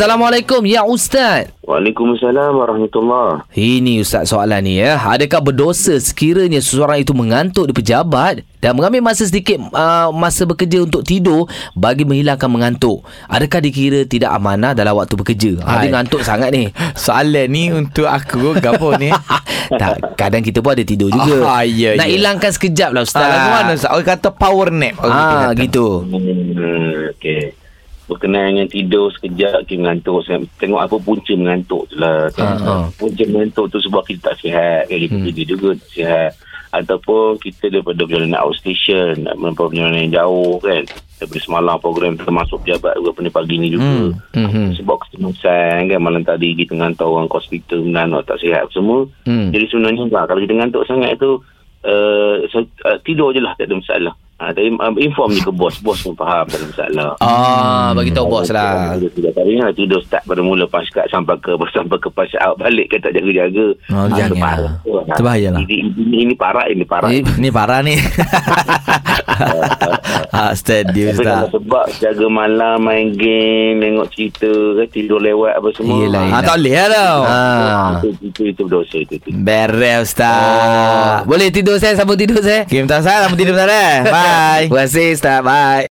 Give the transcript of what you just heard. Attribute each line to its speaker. Speaker 1: Assalamualaikum ya Ustaz.
Speaker 2: Waalaikumsalam warahmatullahi
Speaker 1: Ini Ustaz soalan ni ya. Adakah berdosa sekiranya seseorang itu mengantuk di pejabat dan mengambil masa sedikit uh, masa bekerja untuk tidur bagi menghilangkan mengantuk? Adakah dikira tidak amanah dalam waktu bekerja? Ha, dia
Speaker 3: Hai.
Speaker 1: mengantuk sangat ni.
Speaker 3: Soalan ni untuk aku gapo ni.
Speaker 1: tak, kadang kita pun ada tidur juga.
Speaker 3: Ah, ya,
Speaker 1: Nak
Speaker 3: ya.
Speaker 1: hilangkan sekejap lah Ustaz.
Speaker 3: Ustaz lagu mana Ustaz? Orang kata power nap. Orang
Speaker 1: Ah,
Speaker 3: kata.
Speaker 1: gitu.
Speaker 2: Hmm, okey. Berkenaan dengan tidur sekejap kita mengantuk sangat. Tengok apa punca mengantuk tu lah. Tengok
Speaker 1: Ha, ha.
Speaker 2: Punca mengantuk tu sebab kita tak sihat. Kan? Kita hmm. tidur juga tak sihat. Ataupun kita daripada perjalanan outstation, daripada perjalanan yang jauh kan. Daripada semalam program termasuk pejabat juga pada pagi ni juga.
Speaker 1: Hmm,
Speaker 2: Hmm.
Speaker 1: hmm.
Speaker 2: Hmm. Sebab kecemasan kan malam tadi kita hantar orang ke hospital menanak tak sihat apa semua.
Speaker 1: Hmm.
Speaker 2: Hmm. Jadi sebenarnya bah, kalau kita ngantuk sangat tu uh, so, uh, tidur je lah tak ada masalah. Ha, tapi um, inform je ke bos. Bos pun faham tak ada masalah.
Speaker 1: Ah, bagi tahu bos lah.
Speaker 2: Tidur, tidur, tidur, tidur, tidur start pada mula pas kat sampai ke sampai ke pas out balik ke tak jaga-jaga.
Speaker 3: Oh,
Speaker 2: Ah,
Speaker 3: jangan.
Speaker 2: parah tu, ah.
Speaker 3: Itu bahaya lah.
Speaker 2: Ini, ini, ini parah, ini parah.
Speaker 1: Eh,
Speaker 3: Ni, ni parah ni. ah,
Speaker 2: Tapi
Speaker 3: steady
Speaker 2: kalau
Speaker 3: Ustaz.
Speaker 2: sebab jaga malam, main game, tengok cerita, kan, tidur lewat apa semua.
Speaker 1: Yelah,
Speaker 3: Ah, tak boleh lah tau.
Speaker 2: Ah,
Speaker 1: Ah.
Speaker 2: Itu, itu, itu berdosa itu. itu.
Speaker 3: Beres
Speaker 1: Ah.
Speaker 3: Ustaz.
Speaker 1: Boleh Oh. tidur saya sambung tidur saya.
Speaker 3: Kim tak salah, kamu tidur tak eh. Bye.
Speaker 1: Terima kasih Ustaz. Bye.